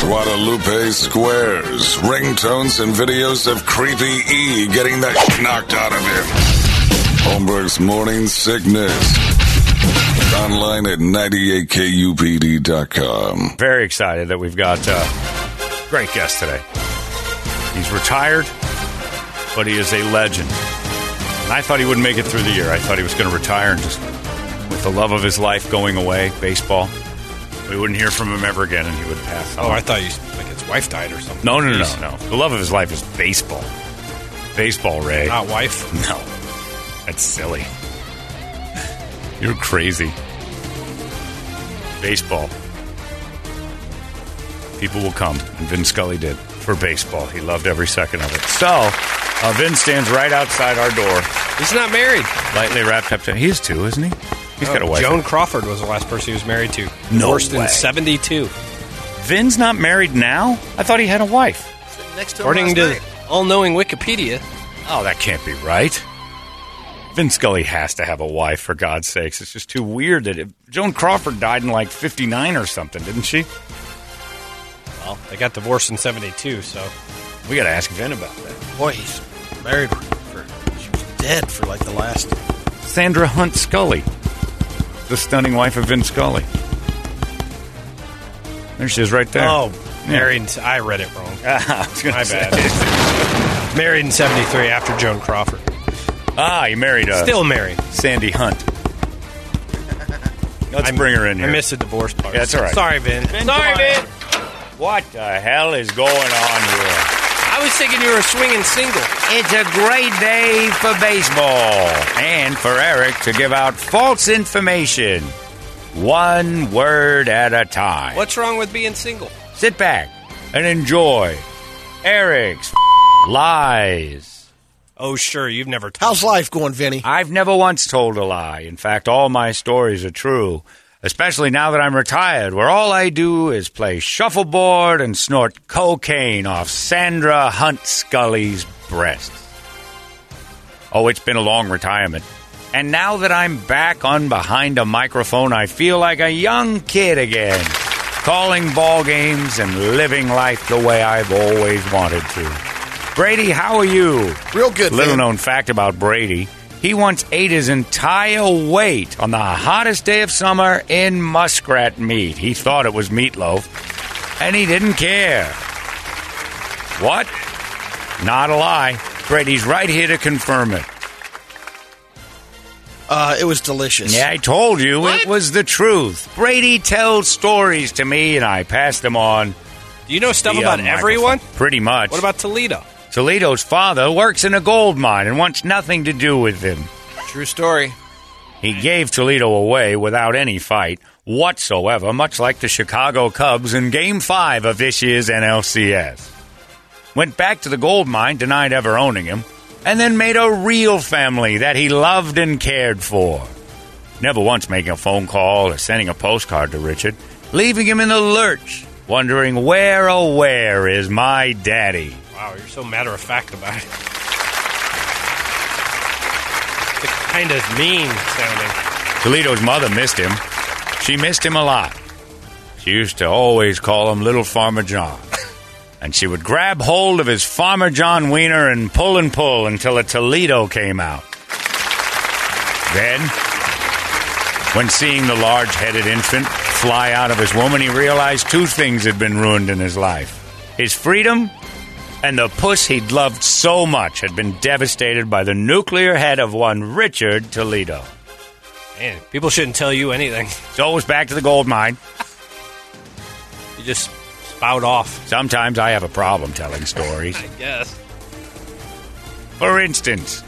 Guadalupe Squares, ringtones and videos of Creepy E getting the sh- knocked out of him. Holmberg's Morning Sickness. Online at 98kupd.com. Very excited that we've got uh, great guest today. He's retired, but he is a legend. And I thought he wouldn't make it through the year. I thought he was going to retire and just with the love of his life going away, baseball. We wouldn't hear from him ever again, and he would pass on. Oh, I thought you like his wife died or something. no, no, no, no, no. The love of his life is baseball. Baseball, Ray. Not wife. No, that's silly. You're crazy. Baseball. People will come, and Vin Scully did for baseball. He loved every second of it. So, uh, Vin stands right outside our door, He's not married. lightly wrapped up. To, he is too, isn't he? He's got a Oh, wife. Joan Crawford was the last person he was married to. No Divorced way. in 72. Vin's not married now. I thought he had a wife. next to According to all knowing Wikipedia, Oh, that can't be right. Vin Scully has to have a wife, for God's sakes. It's just too weird that it, Joan Crawford died in like 59 or something, didn't she? well, they got divorced in 72, so. We got to ask Vin about that. Boy, he's married for. She was dead for like the last. Sandra Hunt Scully, the stunning wife of Vin Scully. There she is right there. Oh, Yeah. married. in- I read it wrong. I was gonna My say. Married in 73 after Joan Crawford. ah, he married uh, Still married. Sandy Hunt. Let's I- bring her in here. I missed the divorce part. Yeah, that's all right. Sorry, Vin. Vin, come Sorry, on Vin. in. What the hell is going on here? I was thinking you were a swinging single. It's a great day for baseball and for Eric to give out false information one word at a time. What's wrong with being single? Sit back and enjoy Eric's lies. Oh, sure. You've never told How's life going, Vinny? I've never once told a lie. In fact, all my stories are true, especially now that I'm retired, where all I do is play shuffleboard and snort cocaine off Sandra Hunt Scully's breasts. Oh, it's been a long retirement. And now that I'm back on behind a microphone, I feel like a young kid again, calling ball games and living life the way I've always wanted to. Brady, how are you? Real good, Little man. known fact about Brady. He once ate his entire weight on the hottest day of summer in muskrat meat. He thought it was meatloaf, and he didn't care. What? Not a lie. Brady's right here to confirm it. Uh, it was delicious. Yeah, I told you it was the truth. Brady tells stories to me, and I pass them on. Do you know stuff via about microphone. everyone? Pretty much. What about Toledo? Toledo's father works in a gold mine and wants nothing to do with him. True story. He gave Toledo away without any fight whatsoever, much like the Chicago Cubs in Game 5 of this year's NLCS. Went back to the gold mine, denied ever owning him, and then made a real family that he loved and cared for. Never once making a phone call or sending a postcard to Richard, leaving him in the lurch, wondering where oh where is my daddy. Wow, you're so matter of fact about it. It's kind of mean sounding. Toledo's mother missed him. She missed him a lot. She used to always call him Little Farmer John. And she would grab hold of his Farmer John wiener and pull and pull until a Toledo came out. Then When seeing the large headed infant fly out of his woman, he realized two things had been ruined in his life his freedom and the puss he'd loved so much had been devastated by the nuclear head of one Richard Toledo. Man, people shouldn't tell you anything. So it was back to the gold mine. You just spout off. Sometimes I have a problem telling stories. I guess. For instance,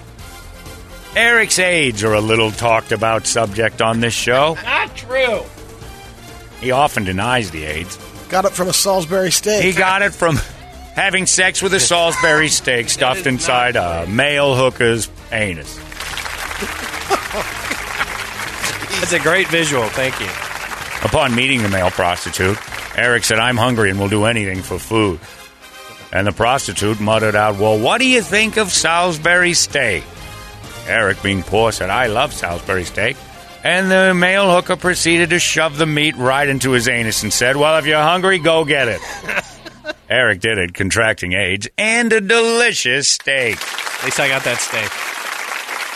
Eric's aides are a little talked about subject on this show. Not true. He often denies the aides. Got it from a Salisbury steak. He got it from having sex with a Salisbury steak stuffed inside a male hooker's anus. That's a great visual. Thank you. Upon meeting the male prostitute, Eric said, I'm hungry and will do anything for food. And the prostitute muttered out, Well, what do you think of Salisbury steak? Eric, being poor, said, I love Salisbury steak. And the male hooker proceeded to shove the meat right into his anus and said, Well, if you're hungry, go get it. Eric did it, contracting AIDS and a delicious steak. At least I got that steak.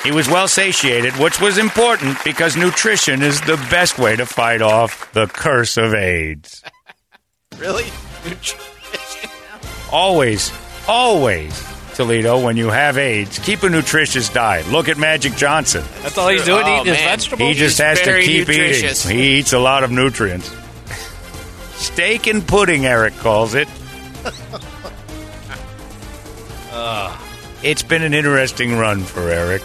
He was well satiated, which was important because nutrition is the best way to fight off the curse of AIDS. really? Always, always, Toledo, when you have AIDS, keep a nutritious diet. Look at Magic Johnson. That's all he's doing, Oh, eating his man. vegetables. He just He's has to very keep nutritious. eating. He eats a lot of nutrients. Steak and pudding, Eric calls it. It's been an interesting run for Eric.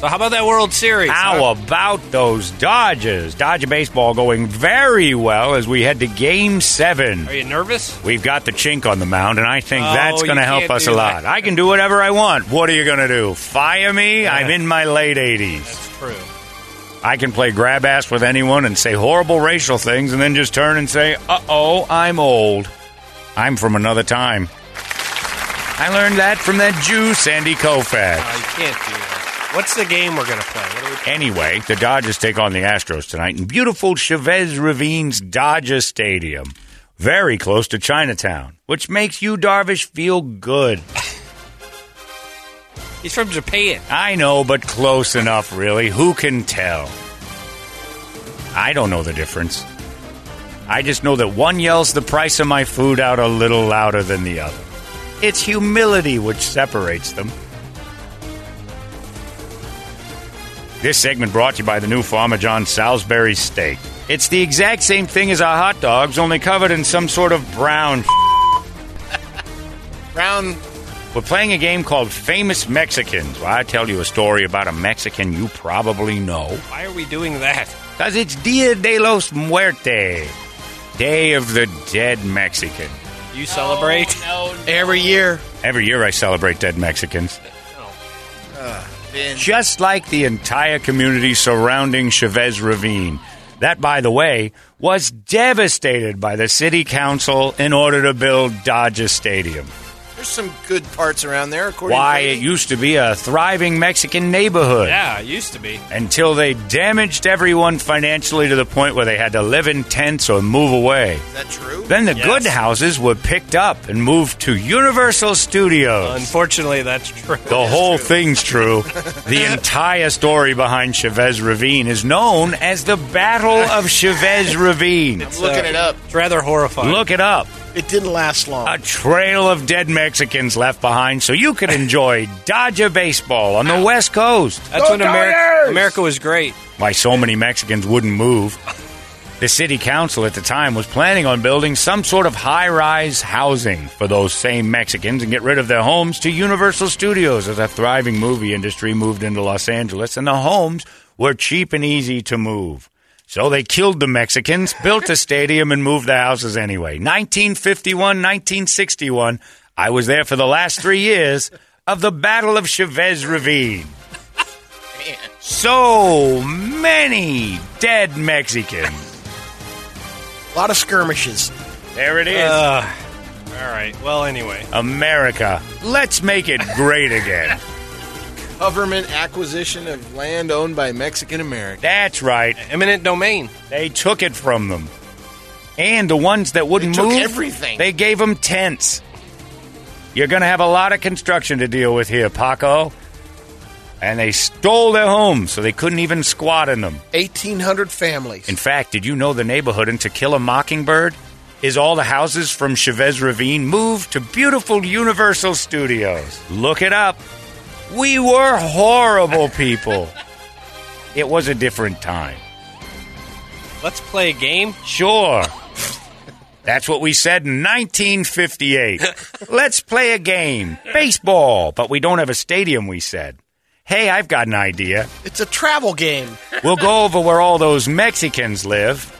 So how about that World Series? How about those Dodgers? Dodger baseball going very well as we head to Game Seven. Are you nervous? We've got the chink on the mound, and I think Oh, that's going to you help can't us a do lot. that. I can do whatever I want. What are you going to do? Fire me? I'm in my late 80s. That's true. I can play grab ass with anyone and say horrible racial things and then just turn and say, uh oh, I'm old. I'm from another time. I learned that from that Jew, Sandy Koufax. No, you can't do that. What's the game we're going to play? What are we Anyway, the Dodgers take on the Astros tonight in beautiful Chavez Ravines Dodger Stadium, very close to Chinatown, which makes you, Darvish, feel good. He's from Japan. I know, but close enough, really. Who can tell? I don't know the difference. I just know that one yells the price of my food out a little louder than the other. It's humility which separates them. This segment brought to you by the new Farmer John Salisbury steak. It's the exact same thing as our hot dogs, only covered in some sort of brown. Brown We're playing a game called Famous Mexicans, where I tell you a story about a Mexican you probably know. Why are we doing that? Because it's Dia de los Muertes, Day of the Dead Mexican. You celebrate? every year. Every year I celebrate dead Mexicans, Vin. just like the entire community surrounding Chavez Ravine. That, by the way, was devastated by the city council in order to build Dodger Stadium. There's some good parts around there, according Why to it used to be a thriving Mexican neighborhood. Yeah, it used to be. until they damaged everyone financially to the point where they had to live in tents or move away. Is that true? Then the Yes. good houses were picked up and moved to Universal Studios. Unfortunately, that's true. the whole thing's true. the entire story behind Chavez Ravine is known as the Battle of Chavez Ravine. I'm looking it up. It's rather horrifying. Look it up. It didn't last long. A trail of dead Mexicans left behind so you could enjoy Dodger baseball on the West Coast. that's when America, America was great. why so many Mexicans wouldn't move. The city council at the time was planning on building some sort of high rise housing for those same Mexicans and get rid of their homes to Universal Studios as a thriving movie industry moved into Los Angeles, and the homes were cheap and easy to move. So they killed the Mexicans, built a stadium, and moved the houses anyway. 1951, 1961, I was there for the last three years of the Battle of Chavez Ravine so many dead Mexicans. a lot of skirmishes. There it is. Uh, all right. Well, anyway. America. Let's make it great again. Government acquisition of land owned by Mexican Americans. That's right. Eminent domain. They took it from them. And the ones that wouldn't They took move, everything. They gave them tents. You're going to have a lot of construction to deal with here, Paco. and they stole their homes, so they couldn't even squat in them. 1,800 families. In fact, did you know the neighborhood in To Kill a Mockingbird is all the houses from Chavez Ravine moved to beautiful Universal Studios? Look it up. We were horrible people. it was a different time. Let's play a game. Sure. That's what we said in 1958. Let's play a game. Baseball. But we don't have a stadium, we said. Hey, I've got an idea. It's a travel game. We'll go over where all those Mexicans live,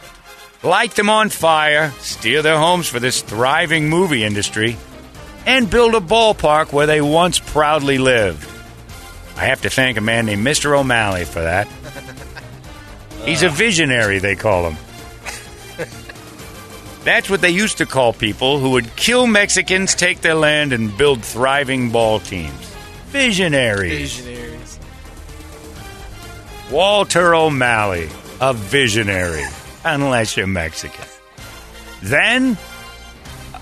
light them on fire, steer their homes for this thriving movie industry, and build a ballpark where they once proudly lived. I have to thank a man named Mr. O'Malley for that. He's a visionary, they call him. That's what they used to call people who would kill Mexicans, take their land, and build thriving ball teams. Visionaries. Visionaries. Walter O'Malley, a visionary, unless you're Mexican. Then,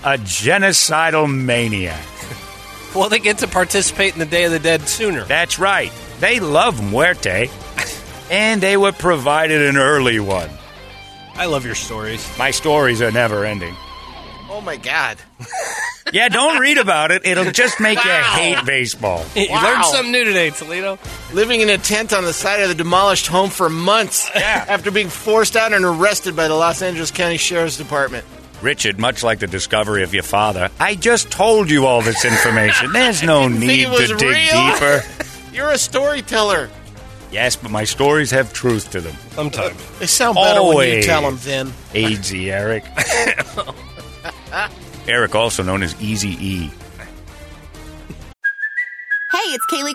a genocidal maniac. Well, they get to participate in the Day of the Dead sooner. That's right, they love muerte, and they were provided an early one. I love your stories. My stories are never ending. Oh my God. Yeah, don't read about it. It'll just make you hate baseball. You learned something new today, Toledo. Living in a tent on the side of the demolished home for months after being forced out and arrested by the Los Angeles County Sheriff's Department. Richard, much like the discovery of your father, I just told you all this information. There's no need Think it to dig was real? deeper. You're a storyteller. Yes, but my stories have truth to them. Sometimes. They sound better when you Always. tell them then. AG Eric. Eric, also known as Easy E. Hey, it's Kaylee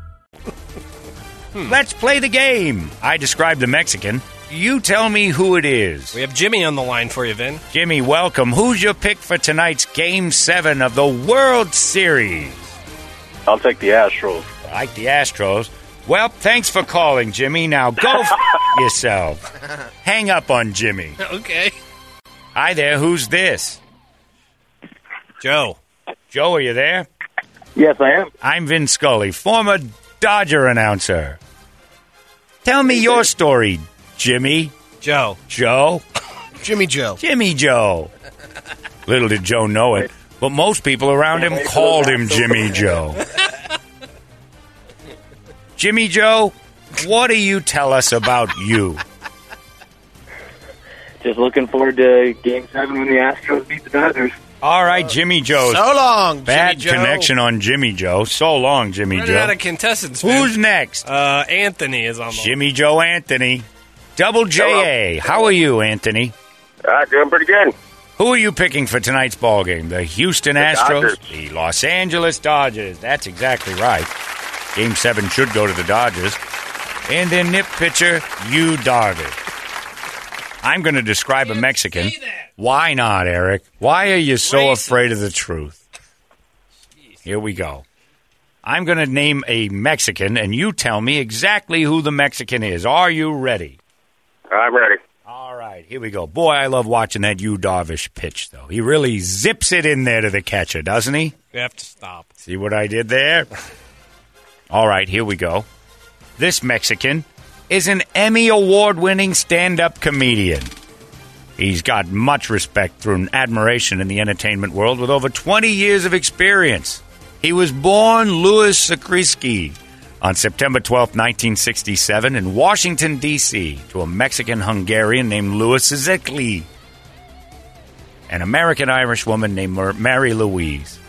Hmm. Let's play the game. I describe the Mexican. You tell me who it is. We have Jimmy on the line for you, Vin. Jimmy, welcome. Who's your pick for tonight's Game 7 of the World Series? I'll take the Astros. I like the Astros. Well, thanks for calling, Jimmy. Now go f- yourself. Hang up on Jimmy. Okay. Hi there, who's this? Joe. Joe, are you there? Yes, I am. I'm Vin Scully, former Dodger announcer. Tell me your story, Jimmy. Joe. Joe? Jimmy Joe. Jimmy Joe. Little did Joe know it, but most people around him called him Jimmy Joe. Jimmy Joe, what do you tell us about you? Just looking forward to Game Seven when the Astros beat the Dodgers. All right, Jimmy Joe. So long, Bad Jimmy Joe. connection on Jimmy Joe. So long, Jimmy Running out Joe. of contestants, Vin. Who's next? Uh, Anthony is on the line. Jimmy Joe Anthony. Double J A. How are you, Anthony? I'm Uh, doing pretty good. Who are you picking for tonight's ball game? The Houston Astros, Dodgers. the Los Angeles Dodgers. That's exactly right. Game seven should go to the Dodgers, and their nip pitcher, you darter. I'm going to describe a Mexican. Why not, Eric? Why are you so afraid of the truth? Here we go. I'm going to name a Mexican, and you tell me exactly who the Mexican is. Are you ready? I'm ready. All right, here we go. Boy, I love watching that Yu Darvish pitch, though. He really zips it in there to the catcher, doesn't he? We have to stop. See what I did there? All right, here we go. This Mexican is an Emmy award winning stand up comedian. He's got much respect through and admiration in the entertainment world with over 20 years of experience. He was born Louis Sakrisky on September 12, 1967, in Washington, D.C., to a Mexican Hungarian named Louis Zikli, an American Irish woman named Mar- Mary Louise.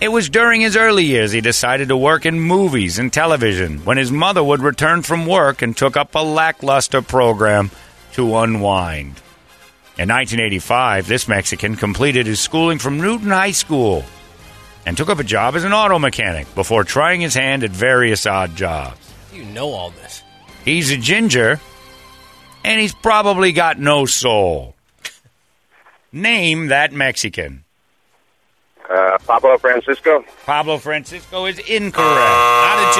It was during his early years he decided to work in movies and television when his mother would return from work and took up a lackluster program to unwind. In 1985, this Mexican completed his schooling from Newton High School and took up a job as an auto mechanic before trying his hand at various odd jobs. You know all this. He's a ginger, and he's probably got no soul. Name that Mexican. Uh, Pablo Francisco. Pablo Francisco is incorrect. Not a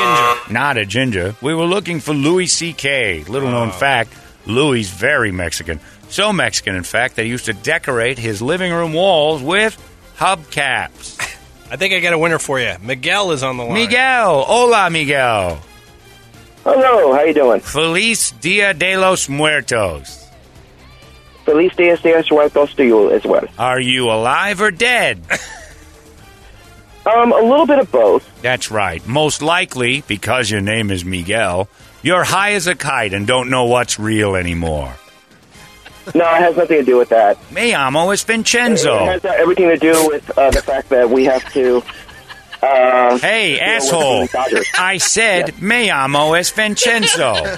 ginger. Not a ginger. We were looking for Louis C.K. Little known fact Louis is very Mexican. So Mexican, in fact, they used to decorate his living room walls with hubcaps. I think I got a winner for you. Miguel is on the line. Miguel. Hola, Miguel. Hello, how you doing? Feliz Dia de los Muertos. Feliz Dia de los Muertos to you as well. Are you alive or dead? Um, a little bit of both. That's right. Most likely, because your name is Miguel, you're high as a kite and don't know what's real anymore. No, it has nothing to do with that. Me amo is It Vincenzo. has uh, everything to do with uh, the fact that we have to. Uh, Hey, deal with asshole. the Dodgers. I said, me amo es Vincenzo.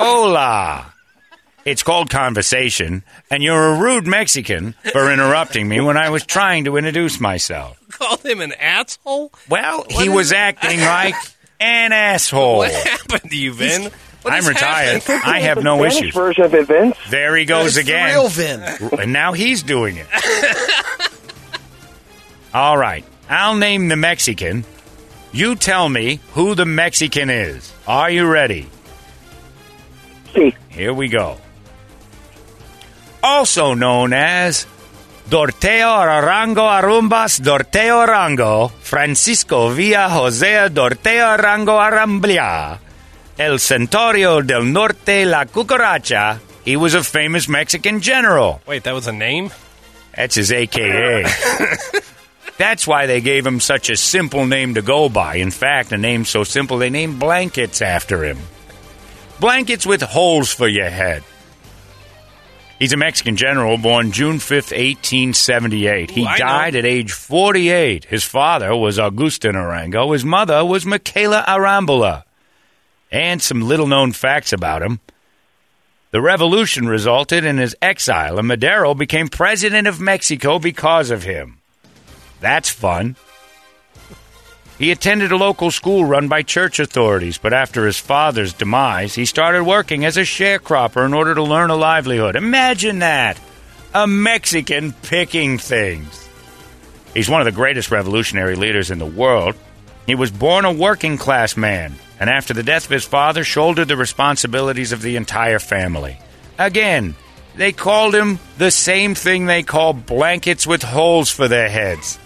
Hola. It's called conversation, and you're a rude Mexican for interrupting me when I was trying to introduce myself. Called him an asshole? Well, he was acting like an asshole. What happened to you, Vin? What I'm has retired. happened? I have The no Spanish issues. version of events. There he goes again. Real Vin. and now he's doing it. All right. I'll name the Mexican. You tell me who the Mexican is. Are you ready? See, Here we go. Also known as Dorteo Arango Arumbas Dorteo Arango, Francisco Villa Josea Dorteo Arango Aramblia, El Centorio del Norte La Cucaracha. He was a famous Mexican general. Wait, that was a name? That's his AKA. That's why they gave him such a simple name to go by. In fact, a name so simple they named blankets after him. Blankets with holes for your head. He's a Mexican general born June 5th, 1878. He Ooh, I know. died at age 48. His father was Agustin Arango. His mother was Michaela Arambola. And some little known facts about him. The revolution resulted in his exile, and Madero became president of Mexico because of him. That's fun. He attended a local school run by church authorities, but after his father's demise, he started working as a sharecropper in order to learn a livelihood. Imagine that! A Mexican picking things. He's one of the greatest revolutionary leaders in the world. He was born a working class man, and after the death of his father, shouldered the responsibilities of the entire family. Again, they called him the same thing they call blankets with holes for their heads.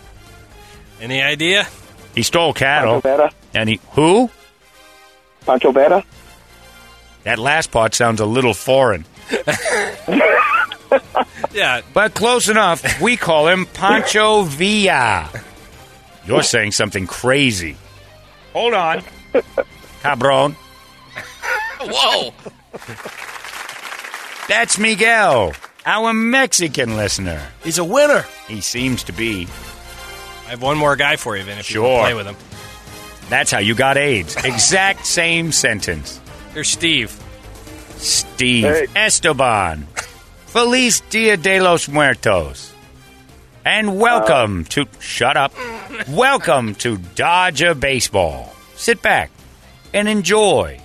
Any idea? He stole Pancho cattle, Vera. and he who? Pancho Vera. That last part sounds a little foreign, Yeah. but close enough. We call him Pancho Villa. You're saying something crazy. Hold on, cabron. Whoa. That's Miguel, our Mexican listener. He's a winner. He seems to be. I have one more guy for you, Vin, if you Sure. want to play with him. That's how you got AIDS. Exact same sentence. Here's Steve. Steve Hey. Esteban. Feliz Dia de los Muertos. And welcome to. Shut up. welcome to Dodger Baseball. Sit back and enjoy.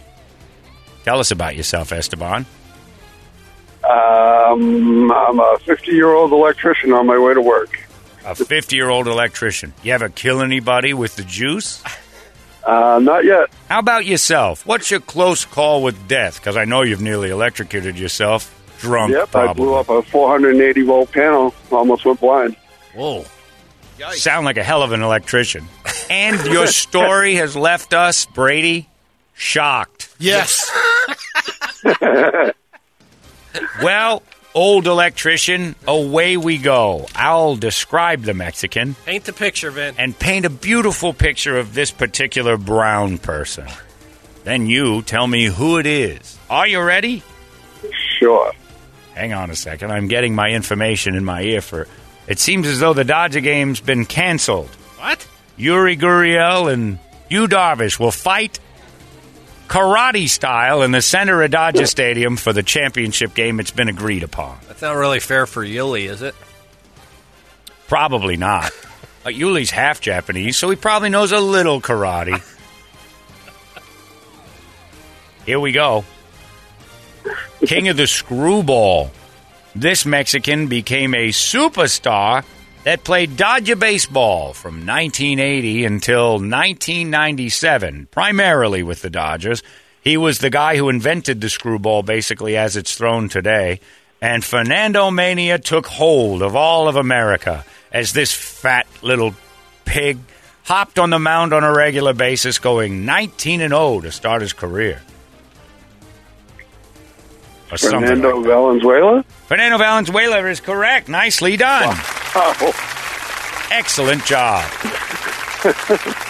Tell us about yourself, Esteban. Um, I'm a 50 year old electrician on my way to work. A 50 year old electrician. You ever kill anybody with the juice? Uh, not yet. How about yourself? What's your close call with death? Because I know you've nearly electrocuted yourself. Drunk, Yep, I probably. blew up a 480 volt panel. Almost went blind. Whoa. Sound like a hell of an electrician. And your story has left us, Brady, shocked. Yes. Well, old electrician, away we go. I'll describe the Mexican Paint the picture, Vin. and paint a beautiful picture of this particular brown person. Then you tell me who it is. Are you ready? Sure. Hang on a second. I'm getting my information in my ear for it. Seems as though the Dodger game's been canceled. What? Yuri Gurriel and Yu Darvish will fight karate style in the center of Dodger Stadium for the championship game it's been agreed upon. That's not really fair for Yuli, is it? Probably not. Uh, Yuli's half Japanese, so he probably knows a little karate. Here we go. King of the Screwball. This Mexican became a superstar that played Dodger baseball from 1980 until 1997, primarily with the Dodgers. He was the guy who invented the screwball basically as it's thrown today. And Fernando Mania took hold of all of America as this fat little pig hopped on the mound on a regular basis, going 19 and 0 to start his career. Or something Fernando like that. Valenzuela? Fernando Valenzuela is correct. Nicely done. Oh, Excellent job.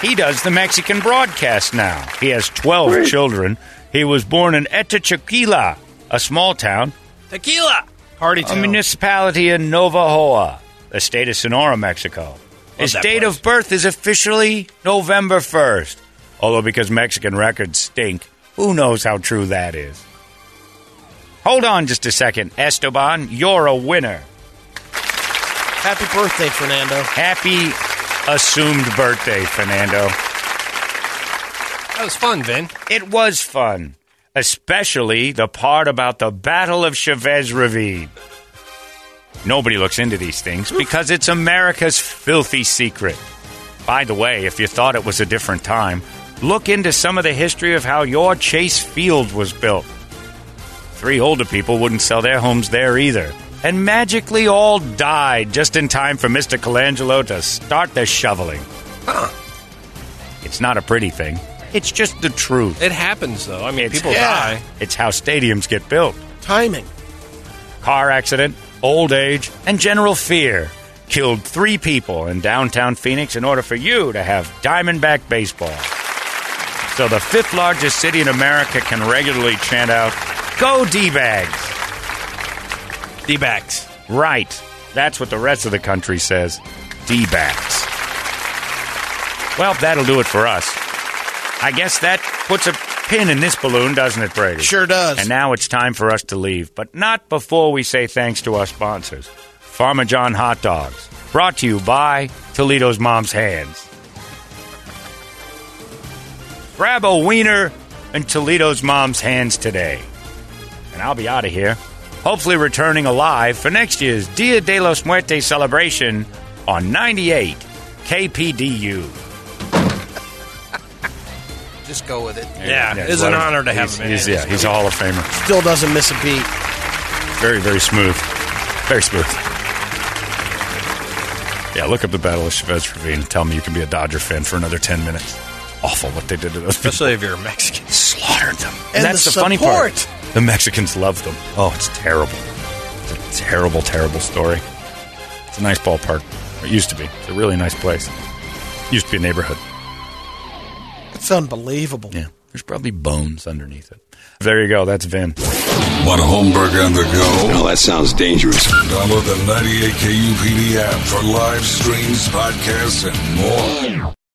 he does the Mexican broadcast now. He has 12 Great. children. He was born in Etachiquila, a small town, Tequila. Party a town. municipality in Navajoa, the state of Sonora, Mexico. His that date place. of birth is officially November 1st, although because Mexican records stink, who knows how true that is. Hold on just a second, Esteban. You're a winner. Happy birthday, Fernando. Happy assumed birthday, Fernando. that was fun, Vin. It was fun, especially the part about the Battle of Chavez Ravine. Nobody looks into these things because it's America's filthy secret. By the way, if you thought it was a different time, look into some of the history of how your Chase Field was built. Three older people wouldn't sell their homes there either, and magically all died just in time for Mr. Colangelo to start the shoveling. It's not a pretty thing, it's just the truth. It happens though. I mean, It's- people yeah. die. It's how stadiums get built. Timing. Car accident, old age, and general fear killed three people in downtown Phoenix in order for you to have Diamondback baseball. So the fifth largest city in America can regularly chant out, Go D-Bags! D backs. Right. That's what the rest of the country says. D-backs. Well, that'll do it for us. I guess that puts a pin in this balloon, doesn't it, Brady? Sure does. And now it's time for us to leave, but not before we say thanks to our sponsors. Farmer John Hot Dogs, brought to you by Toledo's Mom's Hands. Grab a wiener and Toledo's Mom's Hands today. And I'll be out of here, hopefully returning alive for next year's Dia de los Muertes celebration on 98 KPDU. Just go with it. Yeah, it's an whatever. honor to have He's- him in. he's- yeah, he's a Hall of Famer. Still doesn't miss a beat. Very, very smooth. Very smooth. Yeah, look up the Battle of Chavez Ravine and tell me you can be a Dodger fan for another 10 minutes. Awful what they did to those people. Especially if you're Mexican. Slaughtered them. And that's the, the funny part. support. The Mexicans love them. Oh, it's terrible. It's a terrible, terrible story. It's a nice ballpark. It used to be. It's a really nice place. Used to be a neighborhood. It's unbelievable. Yeah. There's probably bones underneath it. There you go. That's Vin. Want Holmberg on the go? Well, Oh, that sounds dangerous. Download the 98 KUPD app for live streams, podcasts, and more.